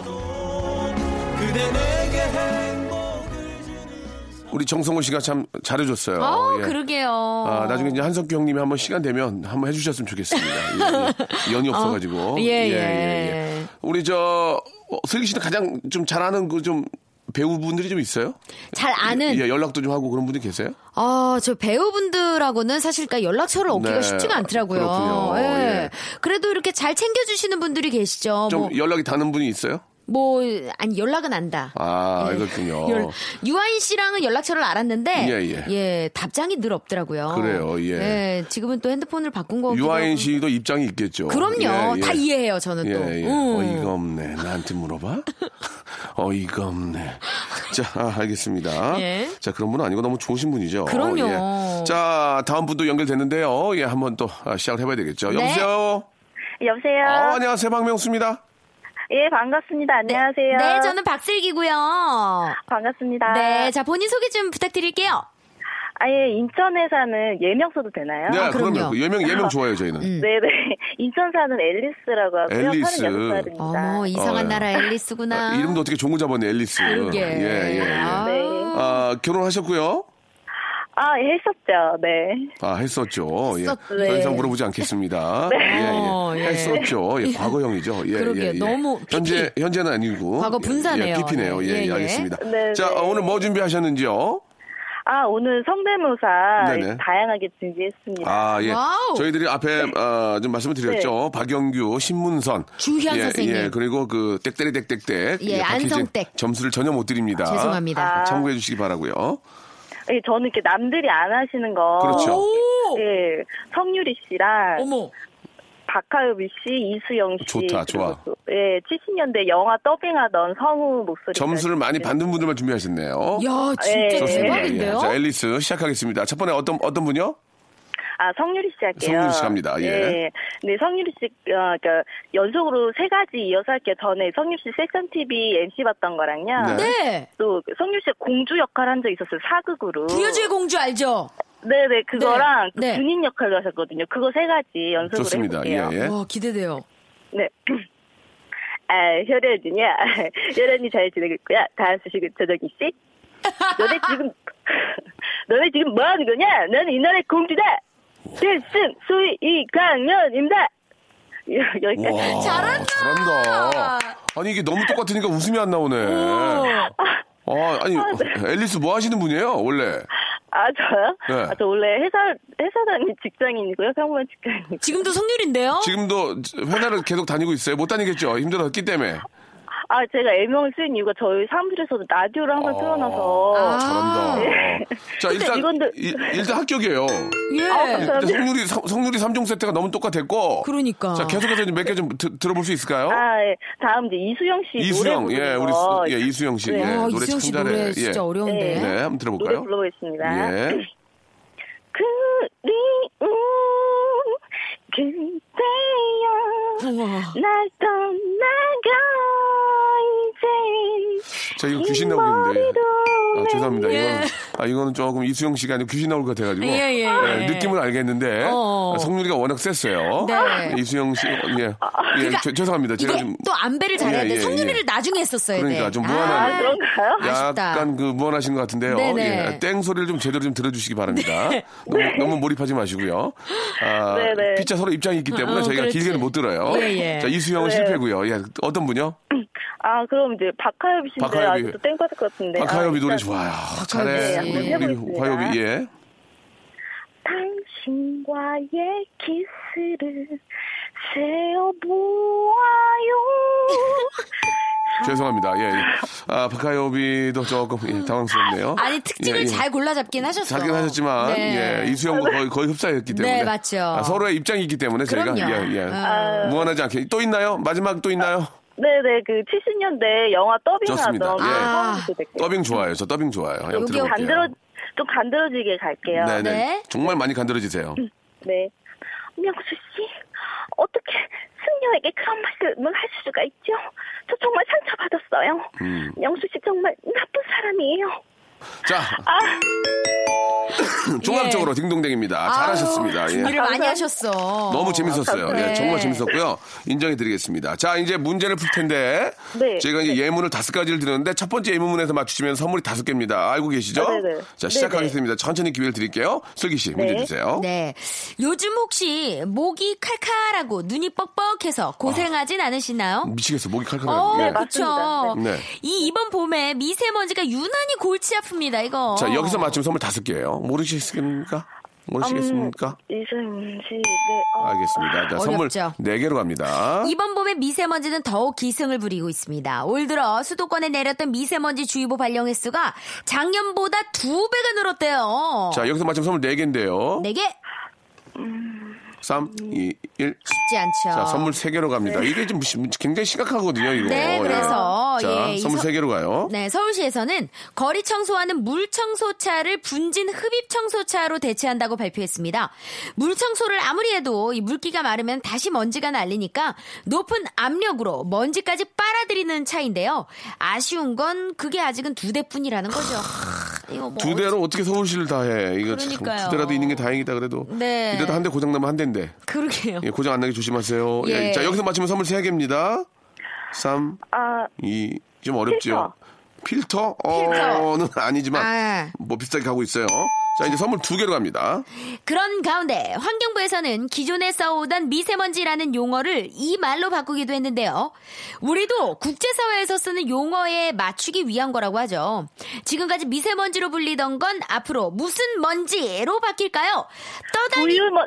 S2: 우리 정성호 씨가 참 잘해줬어요.
S4: 어,
S2: 예.
S4: 그러게요.
S2: 아, 나중에 이제 한석규 형님이 한번 시간 되면 한번 해주셨으면 좋겠습니다. 예, 예. 연이 없어가지고.
S4: 예, 예.
S2: 우리 저, 어, 슬기 씨는 가장 좀 잘하는 그 좀 배우분들이 좀 있어요?
S4: 잘 아는
S2: 예, 연락도 좀 하고 그런 분들 계세요?
S4: 아, 저 배우분들하고는 사실 그러니까 연락처를 얻기가
S2: 네,
S4: 쉽지가 않더라고요.
S2: 그렇군요.
S4: 예.
S2: 예.
S4: 그래도 이렇게 잘 챙겨주시는 분들이 계시죠.
S2: 좀
S4: 뭐,
S2: 연락이 닿는 분이 있어요?
S4: 뭐, 아니, 연락은 안다.
S2: 아,
S4: 예.
S2: 알겠군요.
S4: 연- 유아인 씨랑은 연락처를 알았는데,
S2: 예, 예.
S4: 답장이 늘 없더라고요.
S2: 그래요, 예.
S4: 지금은 또 핸드폰을 바꾼 거고.
S2: 유아인 씨도 입장이 있겠죠.
S4: 어, 그럼요. 다 이해해요, 저는
S2: 예,
S4: 또.
S2: 예.
S4: 음.
S2: 어이가 없네. 나한테 물어봐? 어이가 없네. 자, 아, 알겠습니다.
S4: 예.
S2: 자, 그런 분은 아니고 너무 좋으신 분이죠.
S4: 그럼요.
S2: 예. 자, 다음 분도 연결됐는데요. 예, 한번 또 아, 시작을 해봐야 되겠죠.
S4: 네.
S2: 여보세요?
S3: 여보세요.
S2: 아, 안녕하세요. 박명수입니다.
S3: 예, 반갑습니다. 안녕하세요. 아.
S4: 네, 저는 박슬기고요.
S3: 반갑습니다.
S4: 네, 자, 본인 소개 좀 부탁드릴게요.
S3: 아예 인천에 사는 예명 써도 되나요?
S2: 네,
S4: 그럼요. 음.
S2: 예명, 예명 좋아요, 저희는.
S3: 네네. 인천 사는 앨리스라고 하고요.
S2: 앨리스.
S3: 36살입니다.
S4: 어머, 예. 이상한
S2: 어,
S4: 나라 앨리스구나.
S2: 아, 이름도 어떻게 좋은 거 잡았네, 앨리스.
S4: 그러게.
S2: 예, 예, 예.
S4: 아우.
S3: 네.
S2: 아, 결혼하셨고요.
S3: 아, 예, 했었죠. 네.
S2: 아, 했었죠. 예.
S4: 했었죠.
S2: 더 이상 물어보지 않겠습니다.
S3: 네.
S4: 어,
S2: 예, 예.
S4: 예.
S2: 했었죠. 예, 과거형이죠. 예,
S4: 그러게요.
S2: 예, 예.
S4: 너무
S2: 현재 현재는 아니고
S4: 과거
S2: 예,
S4: 분사네요.
S2: 예, PP네요. 예,
S4: 예,
S2: 예,
S4: 예.
S2: 알겠습니다.
S3: 네,
S2: 자,
S3: 네.
S2: 어, 오늘 뭐 준비하셨는지요?
S3: 아, 오늘 성대모사
S2: 네네.
S3: 다양하게 준비했습니다.
S2: 아, 예.
S4: 와우.
S2: 저희들이
S3: 네.
S2: 앞에 어, 좀 말씀을 드렸죠. 박영규, 신문선,
S4: 주희한
S2: 예,
S4: 선생님.
S2: 예, 그리고 그 땡땡이 땡땡땡,
S4: 예,
S2: 박희진.
S4: 안성댁.
S2: 점수를 전혀 못 드립니다.
S4: 죄송합니다.
S3: 아.
S2: 참고해 주시기 바라고요.
S3: 예, 저는 이렇게 남들이 안 하시는 거.
S2: 그렇죠.
S4: 오! 네.
S3: 예, 성유리 씨랑
S4: 어머.
S3: 박하유미 씨, 이수영 씨.
S2: 좋다,
S3: 그리고
S2: 좋아.
S3: 또, 예, 70년대 영화 더빙하던 성우 목소리.
S2: 점수를 많이 받는 분들만 준비하셨네요.
S4: 야,
S3: 예,
S4: 진짜
S3: 예,
S2: 좋습니다.
S4: 대박인데요?
S2: 예. 자, 앨리스 시작하겠습니다. 첫 번에 어떤 어떤 분요?
S3: 아, 성유리 씨 할게요.
S2: 성유리 씨 갑니다. 예.
S3: 네, 네, 성유리 씨, 어, 그러니까 연속으로 세 가지 이어서 할게요. 전에 성유리 씨 세션 TV MC 봤던
S2: 네.
S3: 거랑요.
S4: 네.
S3: 또 성유리 씨 공주 역할 한 적 있었어요. 사극으로.
S4: 부유주의 공주 알죠?
S3: 네네, 그거랑
S4: 네, 네.
S3: 군인 역할도 하셨거든요. 그거 세 가지 연속으로
S2: 좋습니다.
S3: 해볼게요.
S2: 예, 예.
S4: 와 기대돼요.
S3: 네. 아, 혈연이냐? 혈연이 잘 지내고 있고요. 다음 소식은 조정희 씨. 너네 지금, 너네 지금 뭐 하는 거냐? 나는 이 나라의 공주다! 필승 수위 이강연입니다! 여기까지.
S2: 와,
S4: 잘한다.
S2: 잘한다. 아니 이게 너무 똑같으니까 웃음이 안 나오네. 아, 아니 앨리스 뭐 하시는 분이에요 원래?
S3: 아, 저요?
S2: 네.
S3: 아, 저 원래 회사, 회사 다니 직장인이고요. 평범한 직장인.
S4: 지금도 성률인데요?
S2: 지금도 회사를 계속 다니고 있어요. 못 다니겠죠. 힘들었기 때문에.
S3: 아, 제가 애명을 쓴 이유가 저희 사무실에서도 라디오를 항상
S2: 아.
S3: 틀어놔서.
S2: 잘한다. 아, 자 일단
S3: 아, 네. 이건데-
S2: 일, 일단 합격이에요.
S4: 예.
S2: 일단 성률이 성- 성률이 3종 세트가 너무 똑같았고.
S4: 그러니까.
S2: 자 계속해서 몇 개 좀 들어볼 수 있을까요?
S3: 아, 예. 다음 이제 이수영 씨.
S2: 이수영,
S3: 노래
S2: 예,
S3: 부르는
S2: 우리 수-
S3: 거.
S2: 예 이수영 씨,
S3: 네.
S2: 예,
S4: 와,
S2: 노래
S4: 아, 이수영
S2: 참
S4: 씨
S2: 잘해.
S4: 노래
S2: 예.
S4: 진짜 어려운데.
S2: 네, 한번
S3: 노래
S2: 들어볼까요?
S3: 불러보겠습니다.
S2: 예.
S3: 그리운 그대여
S4: 우와.
S3: 날 떠나가 이제
S2: 자 이거 귀신 나오겠는데. 아, 죄송합니다.
S4: 예.
S2: 이건 아 이거는 조금 이수영 씨가 아니고 귀신 나올 것 같아가지고
S4: 예, 예,
S2: 예,
S4: 예.
S2: 느낌은 알겠는데
S4: 어.
S2: 아, 성률이가 워낙 셌어요.
S4: 네. 그러니까
S2: 이수영 씨, 예, 예 죄- 죄송합니다. 제가
S4: 이게
S2: 좀
S4: 또 안배를 잘해야
S2: 예,
S4: 돼.
S2: 예,
S4: 성률이를
S2: 예.
S4: 나중에 했었어야
S2: 그러니까
S4: 돼.
S2: 좀
S3: 아,
S2: 무한한-
S4: 아,
S3: 그런가요?
S4: 아쉽다.
S2: 약간 그 무한하신 것 같은데요.
S4: 네네. 네.
S2: 예, 땡 소리를 좀 제대로 좀 들어주시기 바랍니다. 너무, 너무 몰입하지 마시고요. 아,
S3: 네네.
S2: 피자 서로 입장이 있기 때문에
S4: 어,
S2: 저희가
S4: 그렇지.
S2: 길게는 못 들어요.
S4: 예, 예.
S2: 자 이수영은
S3: 네.
S2: 실패고요. 예, 어떤 분이요?
S3: 아 그럼 이제 박하엽 씨인데
S2: 박하엽이-
S3: 아직도 땡볕일 것 같은데
S2: 박하엽이
S3: 아,
S2: 노래
S3: 일단 네,
S2: 좋아요.
S4: 씨.
S2: 잘해. 우리, 우리
S3: 해보겠습니다.
S2: 화엽이 예.
S3: 당신과의 키스를 세어보아요
S2: 죄송합니다. 예. 예. 아, 박하엽이도 조금 예, 당황스럽네요.
S4: 아니 특징을
S2: 예, 예.
S4: 잘 골라 잡긴 하셨어.
S2: 잡긴 하셨지만
S4: 네.
S2: 예, 이수영과 거의, 거의 흡사했기 때문에
S4: 네, 맞죠.
S2: 아, 서로의 입장이 있기 때문에
S4: 그럼요.
S2: 저희가 예, 예.
S4: 아.
S2: 무한하지 않게 또 있나요? 마지막 또 있나요?
S3: 네네 그 70년대 영화 더빙하던
S2: 좋습니다. 예.
S3: 그런 거 듣게
S2: 더빙 좋아요. 저 더빙 좋아요. 한번
S4: 여기
S2: 들어볼게요.
S3: 간들어 좀 간들어지게 갈게요
S2: 네네.
S4: 네.
S2: 정말 많이 간들어지세요.
S3: 네. 명수 씨, 어떻게 승려에게 그런 말씀을 하실 수가 있죠? 저 정말 상처받았어요.
S2: 음.
S3: 명수 씨 정말 나쁜 사람이에요.
S2: 자.
S4: 예.
S2: 종합적으로 딩동댕입니다. 잘하셨습니다. 예.
S4: 준비를 많이 하셨어.
S2: 너무 재밌었어요.
S4: 네.
S2: 예, 정말 재밌었고요. 인정해드리겠습니다. 자, 이제 문제를 풀 텐데.
S3: 네.
S2: 제가 이제 예문을 다섯 가지를 드렸는데 첫 번째 예문에서 맞추시면 선물이 다섯 개입니다. 알고 계시죠?
S3: 아, 네네.
S2: 자, 시작하겠습니다. 천천히 기회를 드릴게요. 슬기 씨, 문제
S3: 네.
S2: 주세요.
S4: 네. 요즘 혹시 목이 칼칼하고 눈이 뻑뻑해서 고생하진 않으시나요?
S2: 미치겠어. 목이
S4: 어,
S2: 칼칼하네. 예.
S4: 네,
S3: 맞습니다.
S4: 그렇죠.
S2: 네.
S4: 이 이번 봄에 미세먼지가 유난히 골치 아픕니다. 이거.
S3: 어.
S2: 자, 여기서 맞추면 선물 다섯 개예요. 모르시겠습니까? 모르시겠습니까?
S3: 음, 이승 씨, 네. 어,
S2: 알겠습니다. 자, 선물
S4: 어렵죠.
S2: 네 개로 갑니다.
S4: 이번 봄에 미세먼지는 더욱 기승을 부리고 있습니다. 올 들어 수도권에 내렸던 미세먼지 주의보 발령 횟수가 작년보다 두 배가 늘었대요.
S2: 자, 여기서 맞추면 선물 네개인데요
S4: 내게
S2: 삼, 이, 일.
S4: 쉽지 않죠.
S2: 자, 선물 세개로 갑니다. 이게 좀 시- 굉장히 심각하거든요, 이거.
S4: 네,
S2: 예.
S4: 그래서,
S2: 자,
S4: 예, 이
S2: 선물
S4: 서-
S2: 세개로 가요.
S4: 네, 서울시에서는 거리 청소하는 물 청소차를 분진 흡입 청소차로 대체한다고 발표했습니다. 물 청소를 아무리 해도 이 물기가 마르면 다시 먼지가 날리니까 높은 압력으로 먼지까지 빨아들이는 차인데요. 아쉬운 건 그게 아직은 두 대뿐이라는 거죠. 이거 뭐
S2: 두 대로 어떻게 서울시를 다 해. 이거 참,
S4: 그러니까요.
S2: 두 대라도 있는 게 다행이다 그래도.
S4: 네.
S2: 이래도 한 대 고장 나면 한 대인데.
S4: 어떡- 그러게요.
S2: 예, 고장 안 나게 조심하세요. 예.
S4: 예.
S2: 자, 여기서 맞히면 선물 세개입니다 삼,
S3: 아,
S2: 이, 좀 어렵죠. 필터? 어는 아니지만
S4: 아.
S2: 뭐 비슷하게 가고 있어요. 자, 이제 선물 두개로 갑니다.
S4: 그런 가운데 환경부에서는 기존에 써오던 미세먼지라는 용어를 이 말로 바꾸기도 했는데요. 우리도 국제사회에서 쓰는 용어에 맞추기 위한 거라고 하죠. 지금까지 미세먼지로 불리던 건 앞으로 무슨 먼지로 바뀔까요? 떠다니
S3: 부유먼,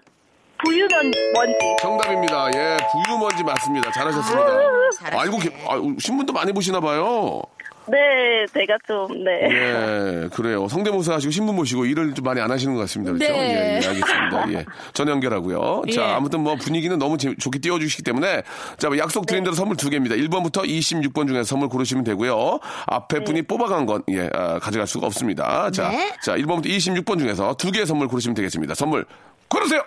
S3: 부유먼 먼지.
S2: 정답입니다. 예, 부유먼지 맞습니다. 잘하셨습니다.
S4: 잘하시네.
S2: 알고 계, 아, 신문도 많이 보시나 봐요.
S3: 네, 제가 좀, 네.
S2: 예, 그래요. 성대모사 하시고 신문 보시고 일을 좀 많이 안 하시는 것 같습니다. 그렇죠?
S4: 네. 예.
S2: 예, 예, 알겠습니다. 예. 전 연결하고요. 자, 아무튼 뭐 분위기는 너무 재- 좋게 띄워주시기 때문에 자, 뭐 약속
S4: 네.
S2: 드린 대로 선물 두 개입니다. 1번부터 26번 중에서 선물 고르시면 되고요. 앞에 분이 뽑아간 건 예, 아, 가져갈 수가 없습니다. 자,
S4: 네.
S2: 자, 1번부터 26번 중에서 두 개의 선물 고르시면 되겠습니다. 선물 고르세요.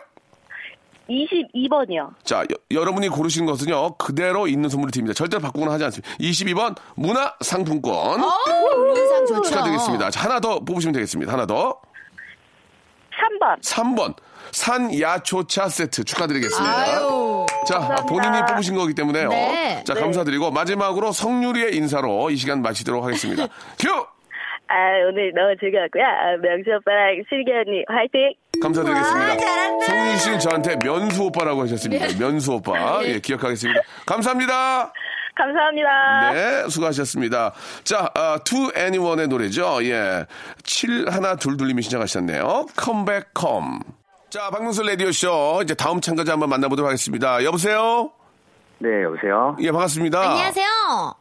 S3: 22번이요.
S2: 자, 여, 러분이 고르신 것은요, 그대로 있는 선물을 드립니다. 절대로 바꾸거나 하지 않습니다. 22번
S4: 어,
S2: 문화상품권
S4: 문상 좋죠.
S2: 축하드리겠습니다. 자, 하나 더 뽑으시면 되겠습니다. 하나 더.
S3: 3번.
S2: 3번. 산야초차 세트 축하드리겠습니다.
S4: 아유.
S2: 자, 본인이 뽑으신 거기 때문에요. 어,
S4: 네.
S2: 자, 감사드리고 마지막으로 성유리의 인사로 이 시간 마치도록 하겠습니다. 큐!
S3: 아, 오늘 너무 즐거웠고요. 아, 명수 오빠랑 슬기 언니 화이팅!
S4: 아,
S2: 감사드리겠습니다. 성윤 씨는 저한테 면수 오빠라고 하셨습니다.
S4: 네.
S2: 면수 오빠. 예, 기억하겠습니다. 감사합니다.
S3: 감사합니다.
S2: 네, 수고하셨습니다. 자, 아, To Anyone의 노래죠. 예. 7122님이 신청하셨네요. 컴백 컴. 자, 박명수 라디오쇼. 이제 다음 참가자 한번 만나보도록 하겠습니다. 여보세요?
S7: 네, 여보세요?
S2: 예, 반갑습니다.
S4: 안녕하세요.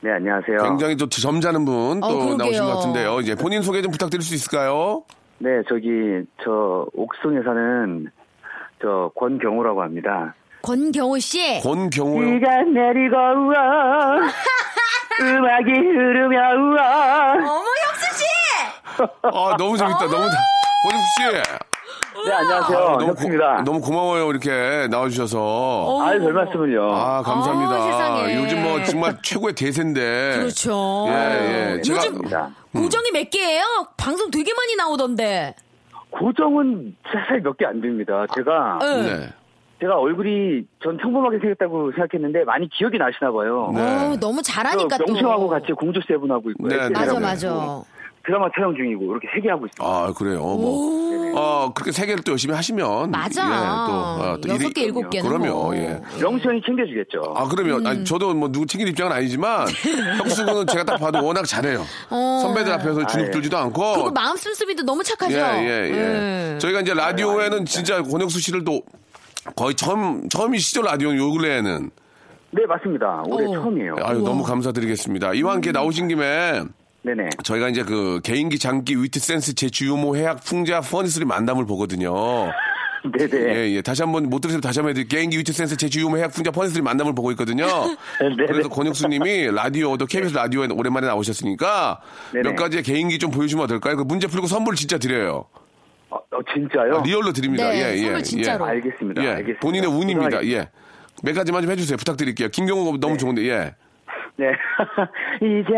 S7: 네, 안녕하세요.
S2: 굉장히 또 점잖은 분
S4: 어,
S2: 또
S4: 그러게요.
S2: 나오신 것 같은데요. 이제 본인 소개 좀 부탁드릴 수 있을까요?
S7: 네, 저기, 저, 옥성에 사는, 저, 권경호라고 합니다.
S4: 권경호 씨.
S2: 권경호요.
S7: 비가 내리고 우와, 음악이 흐르며 우와.
S4: 어머 형수 씨.
S2: 아, 너무 재밌다. 너무 권혁 씨.
S7: 네, 안녕하세요.
S2: 아, 너무, 고,
S7: 협수입니다.
S2: 너무 고마워요 이렇게 나와주셔서.
S7: 아유, 별 말씀을요.
S2: 아 감사합니다.
S4: 어, 세상에.
S2: 요즘 뭐 정말 최고의 대세인데.
S4: 그렇죠.
S2: 네. 예, 예. 제가-
S4: 요즘
S7: 감사합니다.
S4: 고정이 몇 개예요? 방송 되게 많이 나오던데.
S7: 고정은 사실 몇 개 안 됩니다. 제가,
S4: 예.
S2: 네.
S7: 제가 얼굴이 전 평범하게 생겼다고 생각했는데 많이 기억이 나시나 봐요.
S2: 네.
S4: 어, 너무 잘하니까
S7: 그
S4: 또.
S7: 명수하고 같이 공조 세븐하고 있고,
S2: 네,
S7: SL
S2: 네,
S7: 하고
S4: 맞아
S2: 네.
S4: 맞아.
S7: 드라마 촬영 중이고, 이렇게 세 개 하고 있습니다.
S2: 아 그래요. 뭐. 어 그렇게 세 개를 또 열심히 하시면.
S4: 맞아.
S2: 예, 또, 아, 또
S4: 여섯
S2: 일이-
S4: 개 일곱 개는.
S2: 그럼요.
S4: 뭐.
S2: 예.
S7: 명수 형이 챙겨주겠죠.
S2: 아 그럼요.
S4: 음.
S2: 아니, 저도 뭐 누구 챙길 입장은 아니지만 형수군은 제가 딱 봐도 워낙 잘해요.
S4: 어.
S2: 선배들 앞에서 주눅
S7: 예.
S2: 들지도
S4: 그리고
S2: 않고.
S4: 마음 씀씀이도 너무 착하죠.
S2: 예, 예, 예.
S4: 예.
S2: 저희가 이제 라디오에는 진짜 권혁수 씨를 또 거의 처음 처음이시죠 라디오 요 근래에는.
S7: 네, 맞습니다. 올해
S4: 어.
S7: 처음이에요.
S2: 아유 너무 감사드리겠습니다. 이와 함께 나오신 김에
S7: 네네.
S2: 저희가 이제 그 개인기 장기 위트 센스 제주 유모 해학 풍자 퍼니스리 만담을 보거든요.
S7: 네네.
S2: 예, 예. 다시 한번 못 들으시면 다시 한번 해드릴 개인기 위트 센스 제주 유모 해학 풍자 퍼니스리 만담을 보고 있거든요.
S7: 네네.
S2: 그래서 권혁수님이 라디오, 또 KBS 라디오에 오랜만에 나오셨으니까
S7: 네네.
S2: 몇 가지의 개인기 좀 보여주면 어떨까요? 그 문제 풀고 선물 진짜 드려요. 아,
S7: 어, 어, 진짜요?
S2: 리얼로 드립니다.
S4: 네,
S2: 예, 예.
S4: 선물 진짜로.
S2: 예.
S7: 알겠습니다.
S2: 예,
S7: 알겠습니다.
S2: 본인의 운입니다.
S7: 죄송하겠-
S2: 예. 몇 가지만 좀 해주세요. 부탁드릴게요. 김경호 너무 좋은데, 예.
S7: 네. 이젠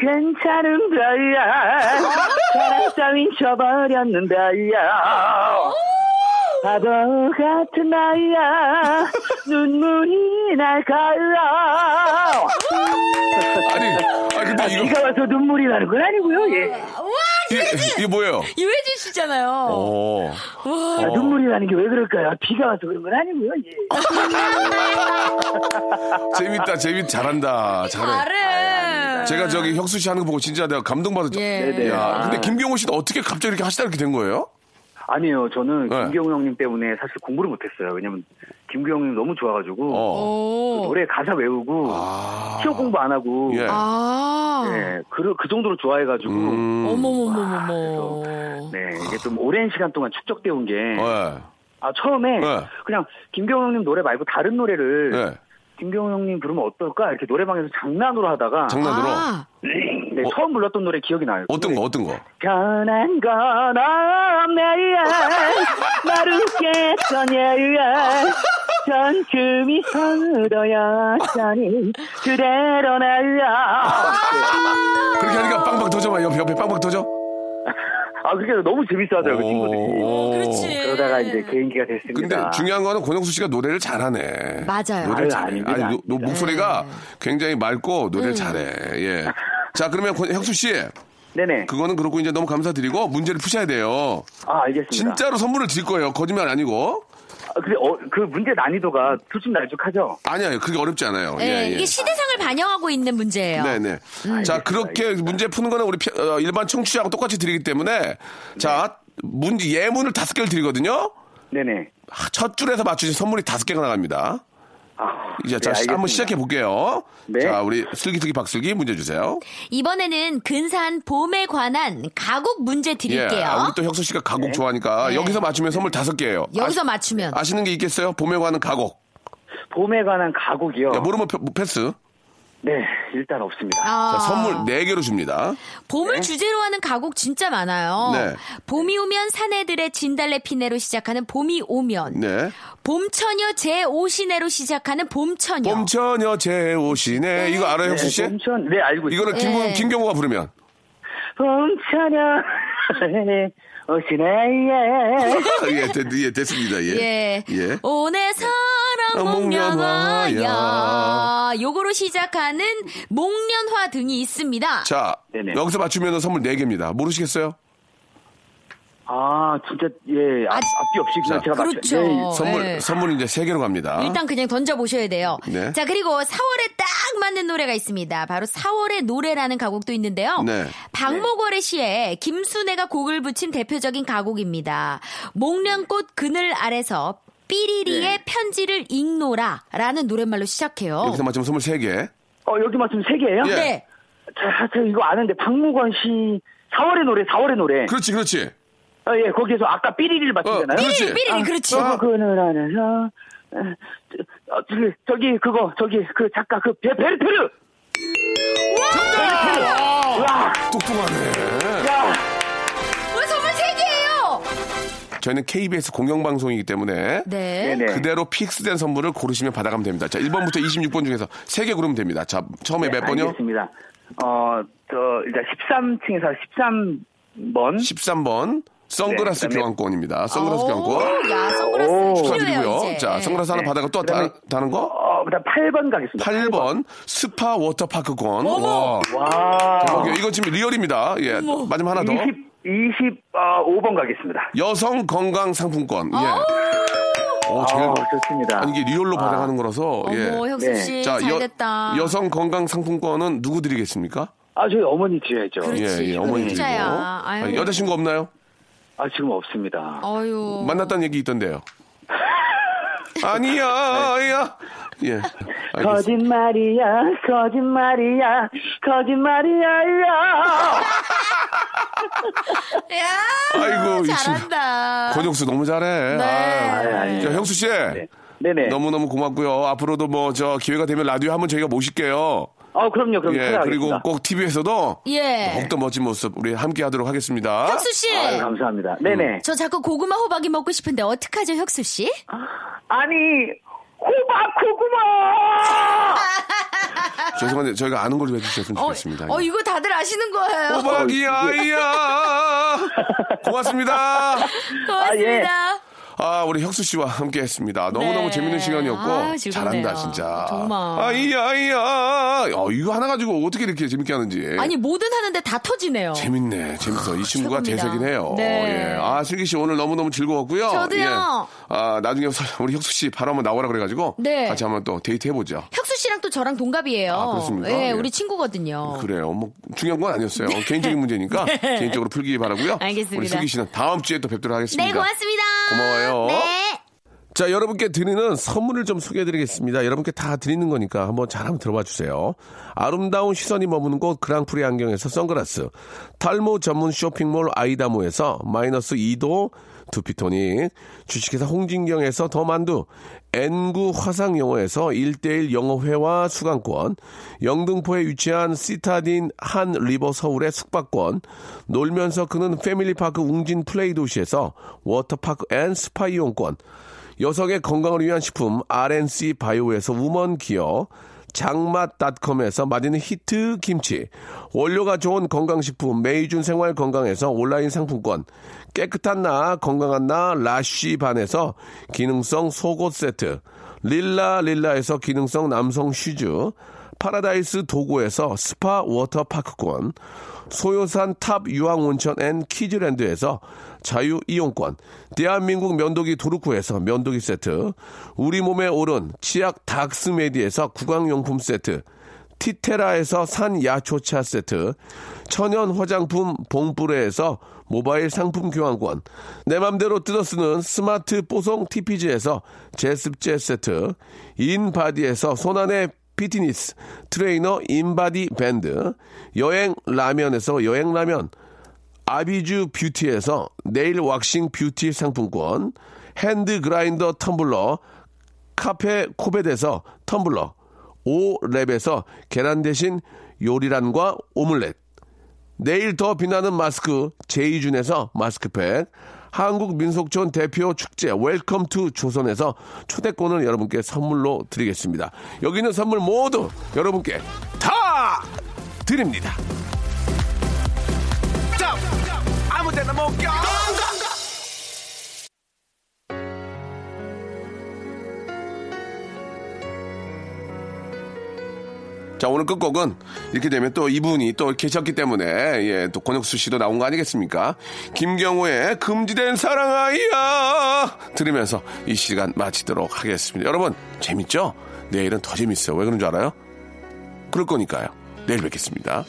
S7: 괜찮은 별야. 사랑 따윈 쳐버렸는 별야. 바보 같은 나야. 눈물이 날 갈라.
S2: 아니, 아 근데 이거,
S7: 비가 와서 눈물이 나는 건 아니고요. 예.
S2: 이게, 이게 뭐예요? 어,
S4: 유해진 씨잖아요.
S2: 오.
S7: 아, 눈물이 나는 게 왜 그럴까요? 비가 와서 그런 건 아니고요. 예.
S2: 재밌다, 재밌, 잘한다. 잘해.
S4: 잘해.
S2: 제가 저기 혁수 씨 하는 거 보고 진짜 내가 감동받았죠.
S4: 예.
S7: 네네.
S2: 야, 근데 김경호 씨는 어떻게 갑자기 이렇게 하시다 이렇게 된 거예요?
S7: 아니에요. 저는
S2: 네.
S7: 김경호 형님 때문에 사실 공부를 못했어요. 왜냐면 김경호 형님 너무 좋아가지고
S2: 어.
S7: 그
S4: 오.
S7: 노래 가사 외우고 시험 공부 안 하고
S2: 아. 예.
S4: 아.
S7: 네, 그, 그 정도로 좋아해가지고
S2: 음.
S4: 어머머머머머.
S7: 네, 이게 좀 오랜 시간 동안 축적돼 온 게 아
S2: 예.
S7: 처음에
S2: 네.
S7: 그냥 김경호 형님 노래 말고 다른 노래를
S2: 예.
S7: 김경호 형님 부르면 어떨까 이렇게 노래방에서 장난으로 하다가
S2: 장난으로.
S4: 아.
S7: 네,
S2: 어.
S7: 처음 불렀던 노래 기억이 나요.
S2: 어떤
S7: 그
S2: 거,
S7: 노래.
S2: 어떤 거?
S7: 변한 건 없네야 마르겠던 예야 전금이 서울어야 하니 그대로 날야
S2: 아. 그렇게 하니까 빵빵 터져봐요. 옆에, 옆에 빵빵 터져?
S7: 아 그게 너무 재밌어하더라고 요 친구들이
S2: 오.
S4: 그렇지.
S7: 네. 그러다가 이제 개인기가
S2: 네. 근데
S7: 됐습니다
S2: 중요한 거는 권영수 씨가 노래를 잘하네.
S4: 맞아요. 네.
S2: 노래를
S7: 그러니까. 아유,
S2: 잘해.
S7: 아닙니다,
S2: 아니, 노- 노
S7: 아닙니다.
S2: 목소리가 굉장히 맑고
S4: 음.
S2: 노래를 잘해. 예. 자, 그러면 권- 혁수 씨,
S7: 네네
S2: 그거는 그렇고 이제 너무 감사드리고 문제를 푸셔야 돼요.
S7: 아 알겠습니다
S2: 진짜로 선물을 드릴 거예요. 거짓말 아니고.
S7: 아, 근데 어, 그 문제 난이도가 들쭉날쭉하죠
S2: 아니에요. 그게 어렵지 않아요.
S4: 예, 이게 시대상을 반영하고 있는 문제예요. 음.
S2: 네, 네. 자, 그렇게 문제 푸는 거는 우리 피- 어, 일반 청취자하고 똑같이 드리기 때문에
S7: 네.
S2: 자, 문제 예문을 다섯 개를 드리거든요.
S7: 네네
S2: 하- 첫 줄에서 맞추신 선물이 다섯 개가 나갑니다.
S7: 아,
S2: 이제
S7: 네,
S2: 자, 시- 한번
S7: 알겠습니다.
S2: 시작해 볼게요.
S7: 네.
S2: 자, 우리 슬기슬기 박슬기 문제 주세요.
S4: 이번에는 근사한 봄에 관한 가곡 문제 드릴게요.
S2: 예. 아, 우리 또 혁수 씨가 가곡 좋아하니까
S4: 네.
S2: 여기서 맞추면 선물 다섯 개예요.
S4: 여기서 맞추면
S2: 아, 시는게 있겠어요? 봄에 관한 가곡.
S7: 봄에 관한 가곡이요
S2: 야, 모르면 패- 패스.
S7: 네 일단 없습니다.
S4: 아.
S2: 자, 선물 네개로 줍니다.
S4: 봄을 주제로 하는 가곡 진짜 많아요.
S2: 네.
S4: 봄이 오면 사내들의 진달래 피네로 시작하는 봄이 오면.
S2: 네.
S4: 봄처녀 제 오시네로 시작하는 봄처녀.
S2: 봄처녀 제오시네. 이거 알아요,
S7: 네,
S2: 혁수 씨?
S7: 봄천, 네 알고 있어요.
S2: 이거는 김,
S4: 네.
S2: 김경호가 부르면.
S7: 봄천여 오시네
S2: 예, 됐, 예, 됐습니다. 예.
S4: 예. 오늘 사랑
S2: 아,
S4: 목련화야.
S2: 목련화야.
S4: 요거로 시작하는 목련화 등이 있습니다.
S2: 자,
S7: 네네.
S2: 여기서 맞추면 선물 네개입니다 모르시겠어요?
S7: 아 진짜 예 앞,
S4: 아,
S7: 앞뒤 없이 그냥
S2: 자,
S7: 제가
S4: 그렇죠.
S7: 맞춰요. 예,
S2: 선물,
S4: 네.
S2: 선물 이제 세개로 갑니다.
S4: 일단 그냥 던져보셔야 돼요.
S2: 아? 네.
S4: 자, 그리고 4월에 딱 맞는 노래가 있습니다. 바로 4월의 노래라는 가곡도 있는데요.
S2: 네.
S4: 박목월의 시에 김순애가 곡을 붙인 대표적인 가곡입니다. 목련꽃 그늘 아래서 삐리리의 편지를 읽노라 라는 노랫말로 시작해요.
S2: 네. 여기서 맞추면 선물 세개
S7: 어 여기 맞으면 세 개예요?
S2: 예.
S4: 네.
S7: 자, 저 이거 아는데 박무건 씨 4월의 노래 4월의 노래.
S2: 그렇지, 그렇지.
S7: 어, 예 거기에서 아까 삐리를 맞추잖아요.
S2: 어, 그렇지.
S4: 삐리리, 그렇지.
S2: 아.
S7: 그는 안에서 어, 저기, 저기 그거 저기 그 작가 그 베, 베르테르.
S2: 똑똑하네.
S7: 야
S4: 왜 선물 세개예요
S2: 저희는 KBS 공영방송이기 때문에
S4: 네.
S7: 네네.
S2: 그대로 픽스된 선물을 고르시면 받아가면 됩니다. 자, 1번부터 26번 중에서 세 개 고르면 됩니다. 자, 처음에 몇 번이요?
S7: 네, 알겠습니다. 어저 일단 13층에서 13번.
S2: 13번. 선글라스
S7: 네, 그다음에-
S2: 교환권입니다. 선글라스 교환권.
S4: 아, 오, 야, 선글라스 필요해요,
S7: 오,
S2: 축하드리고요.
S4: 이제.
S2: 자, 선글라스 하나
S7: 네.
S2: 받아가 또
S7: 그다음에-
S2: 다른, 다른 거?
S7: 어 그다음 8번 가겠습니다.
S2: 8번. 스파 워터파크권.
S4: 어머.
S2: 와.
S7: 와.
S2: 오케이, 이건 지금 리얼입니다. 예. 마지막 하나 더.
S7: 20 아, 25번 가겠습니다.
S2: 여성 건강 상품권.
S4: 아.
S2: 예. 오, 제일.
S7: 아 좋습니다.
S2: 아니, 이게 리얼로 받아가는 거라서. 예.
S4: 어머, 혁수
S7: 네.
S4: 씨,
S2: 자,
S4: 잘
S2: 여,
S4: 됐다.
S2: 여성 건강 상품권은 누구 드리겠습니까?
S7: 아 저희 어머니 드려야죠.
S4: 그렇지.
S2: 예, 예, 어머니 드리고.
S4: 혼자야. 아유.
S2: 아니, 여자친구 없나요?
S7: 아 지금 없습니다.
S4: 어유. 네.
S2: 만났다는 얘기 있던데요. 아니야, 야. 예. 알겠습니다.
S7: 거짓말이야, 거짓말이야, 거짓말이야.
S4: 야,
S2: 아이고, 이 친구.
S4: 잘한다.
S2: 권혁수 너무 잘해.
S4: 네.
S2: 아유.
S7: 아유.
S2: 자, 형수 씨.
S7: 네네.
S2: 너무너무 고맙고요. 앞으로도 뭐 저 기회가 되면 라디오 한번 저희가 모실게요.
S7: 어 그럼요, 그럼요.
S2: 예, 그리고 꼭 TV에서도
S4: 예.
S2: 더욱더 멋진 모습 우리 함께 하도록 하겠습니다.
S4: 혁수 씨.
S7: 아유, 감사합니다. 네네.
S2: 음.
S4: 저 자꾸 고구마 호박이 먹고 싶은데 어떡하죠, 혁수 씨?
S7: 아니 호박 고구마.
S2: 죄송한데 저희가 아는 걸로 해주셨으면 좋겠습니다. 예. 어,
S4: 어, 이거 다들 아시는 거예요.
S2: 호박이야, 야 고맙습니다.
S4: 고맙습니다.
S2: 아, 우리 혁수 씨와 함께 했습니다. 너무너무
S4: 네.
S2: 재밌는 시간이었고.
S4: 아유, 즐겁네요.
S2: 잘한다, 진짜.
S4: 정말.
S2: 아이야, 아이야. 어, 이거 하나 가지고 어떻게 이렇게 재밌게 하는지.
S4: 아니, 뭐든 하는데 다 터지네요.
S2: 재밌네, 재밌어. 이 친구가
S4: 최고입니다.
S2: 대세긴 해요.
S4: 네.
S2: 예. 아, 슬기 씨 오늘 너무너무 즐거웠고요. 예.
S4: 저도요.
S2: 아, 나중에 우리 혁수 씨 바로 한번 나오라 그래가지고.
S4: 네.
S2: 같이 한번 또 데이트 해보죠.
S4: 혁수 씨랑 또 저랑 동갑이에요.
S2: 아, 그렇습니까?
S4: 예,
S2: 예.
S4: 우리 친구거든요. 네.
S2: 그래요. 뭐 중요한 건 아니었어요. 개인적인 문제니까 개인적으로 풀기 바라고요.
S4: 알겠습니다.
S2: 우리 슬기 씨는 다음 주에 또 뵙도록 하겠습니다.
S4: 네, 고맙습니다.
S2: 고마워요.
S4: 네.
S2: 자, 여러분께 드리는 선물을 좀 소개해 드리겠습니다. 여러분께 다 드리는 거니까 한번 잘 한번 들어봐 주세요. 아름다운 시선이 머무는 곳 그랑프리 안경에서 선글라스. 탈모 전문 쇼핑몰 아이다모에서 마이너스 2도 두피토닉. 주식회사 홍진경에서 더 만두. N구 화상영어에서 1대1 영어회화 수강권. 영등포에 위치한 시타딘 한 리버 서울의 숙박권. 놀면서 그는 패밀리파크 웅진 플레이 도시에서 워터파크 앤 스파 이용권. 여성의 건강을 위한 식품 RNC 바이오에서 우먼 기어 장맛닷컴에서 맛있는 히트 김치 원료가 좋은 건강식품 메이준 생활 건강에서 온라인 상품권 깨끗한 나 건강한 나 라쉬 반에서 기능성 속옷 세트 릴라 릴라에서 기능성 남성 슈즈 파라다이스 도구에서 스파 워터파크권, 소요산 탑 유황온천 앤 키즈랜드에서 자유이용권, 대한민국 면도기 도르쿠에서 면도기 세트, 우리 몸의 오른 치약 닥스메디에서 구강용품 세트, 티테라에서 산 야초차 세트, 천연 화장품 봉뿌레에서 모바일 상품 교환권, 내 맘대로 뜯어 쓰는 스마트 뽀송 TPG에서 제습제 세트, 인바디에서 손안의 피트니스, 트레이너 인바디 밴드, 여행 라면에서 여행 라면, 아비주 뷰티에서 네일 왁싱 뷰티 상품권, 핸드 그라인더 텀블러, 카페 코벳에서 텀블러, 5랩에서 계란 대신 요리란과 오믈렛. 내일 더 비나는 마스크 제이준에서 마스크팩 한국 민속촌 대표 축제 웰컴 투 조선에서 초대권을 여러분께 선물로 드리겠습니다. 여기 있는 선물 모두 여러분께 다 드립니다. 아무데나 못 껴. 자 오늘 끝곡은 이렇게 되면 또 이분이 또 계셨기 때문에 예, 또 권혁수 씨도 나온 거 아니겠습니까? 김경호의 금지된 사랑 아이야 들으면서 이 시간 마치도록 하겠습니다. 여러분 재밌죠? 내일은 더 재밌어요. 왜 그런 줄 알아요? 그럴 거니까요. 내일 뵙겠습니다.